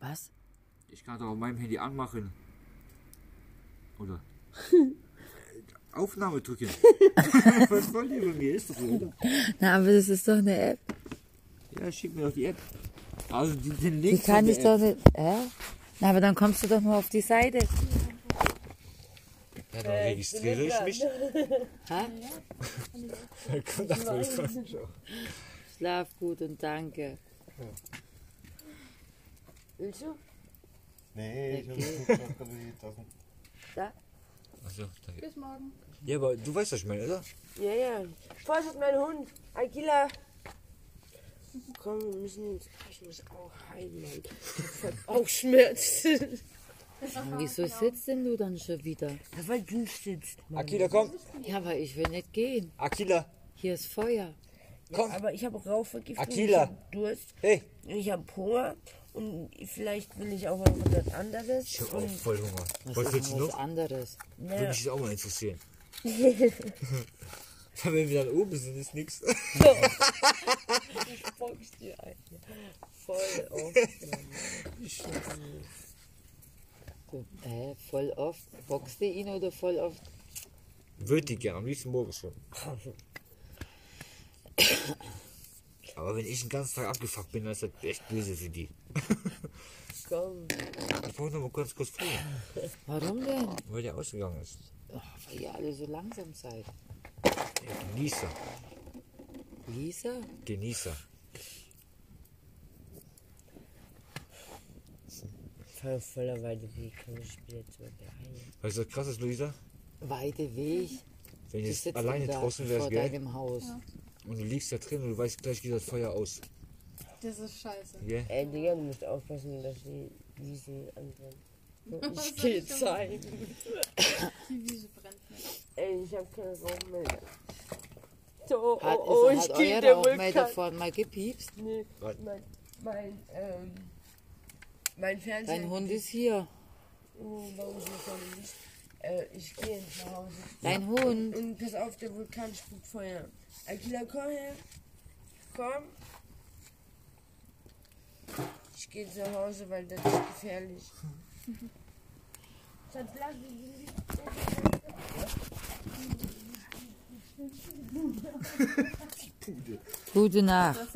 Was? Ich kann es auch auf meinem Handy anmachen. Oder? Aufnahme drücken. Was wollt ihr von mir? Ist doch so, oder? Na, aber das ist doch eine App. Ja, schick mir doch die App. Also die, den Die Link. kann von der ich App. doch nicht. Hä? Na, aber dann kommst du doch nur auf die Seite. Ja, dann registriere ich mich. Schlaf gut und danke. Willst du? Nee, ich habe geguckt, dass die Tassen. Da? Achso, danke. Bis morgen. Ja, aber du weißt, was ich meine, oder? Ja, ja. Vorsicht, mein Hund. Agila. Komm, wir müssen jetzt. Ich muss auch heilen, Mann. Ich hab Bauchschmerz. Wieso Genau. sitzt denn du dann schon wieder? Ja, weil du sitzt. Akila, komm. Ja, weil ich will nicht gehen. Akila, Hier ist Feuer. Aber ich habe Rauchvergiftung. Akila. Ich hab Durst. hey. Ich habe Hunger. Und vielleicht will ich auch mal was anderes. ne, Ich hab auch voll Hunger. Das Was ist willst du was noch? anderes. Würde mich das auch mal interessieren. Wenn wir dann oben sind, ist nichts. box dir ein. Voll oh. auf. Du, hä, voll oft. Boxt du ihn oder voll oft? Würde ich gerne, am liebsten morgen schon. Aber wenn ich den ganzen Tag abgefuckt bin, dann ist das echt böse für die. Komm. Ich brauche noch mal ganz kurz vor, Warum denn? weil der ausgegangen ist. Ach, weil ihr alle so langsam seid. Der Genießer, Lisa? Genießer. Voll voller Weide. Wie kann ich mich jetzt mal beeilen? Weißt du, was krass ist, Luisa? Weite Weg. Wenn du Die jetzt sitzen alleine da draußen vor wärst, gell? deinem Haus. Und du liegst da drin und du weißt, gleich geht das Feuer aus. Das ist scheiße. Gell? Ey, Digga, du musst aufpassen, dass die diesen anderen. Ich geh zeigen. Die Wiese brennt nicht. Ey, ich hab keine Rauch mehr. So, oh, Hat, oh, ist, ich hat geh euer der Rauchmelder Vulkan. vorhin mal gepiepst? Nee, Was? mein, mein, ähm, mein Fernseher. Dein Hund ist hier. Oh, warum ist das denn nicht? Äh, ich gehe jetzt nach Hause. Dein Hund. Und pass auf, der Vulkan spuckt Feuer. Akila, komm her. Komm. Ich gehe zu Hause, weil das ist gefährlich. Gute Nacht.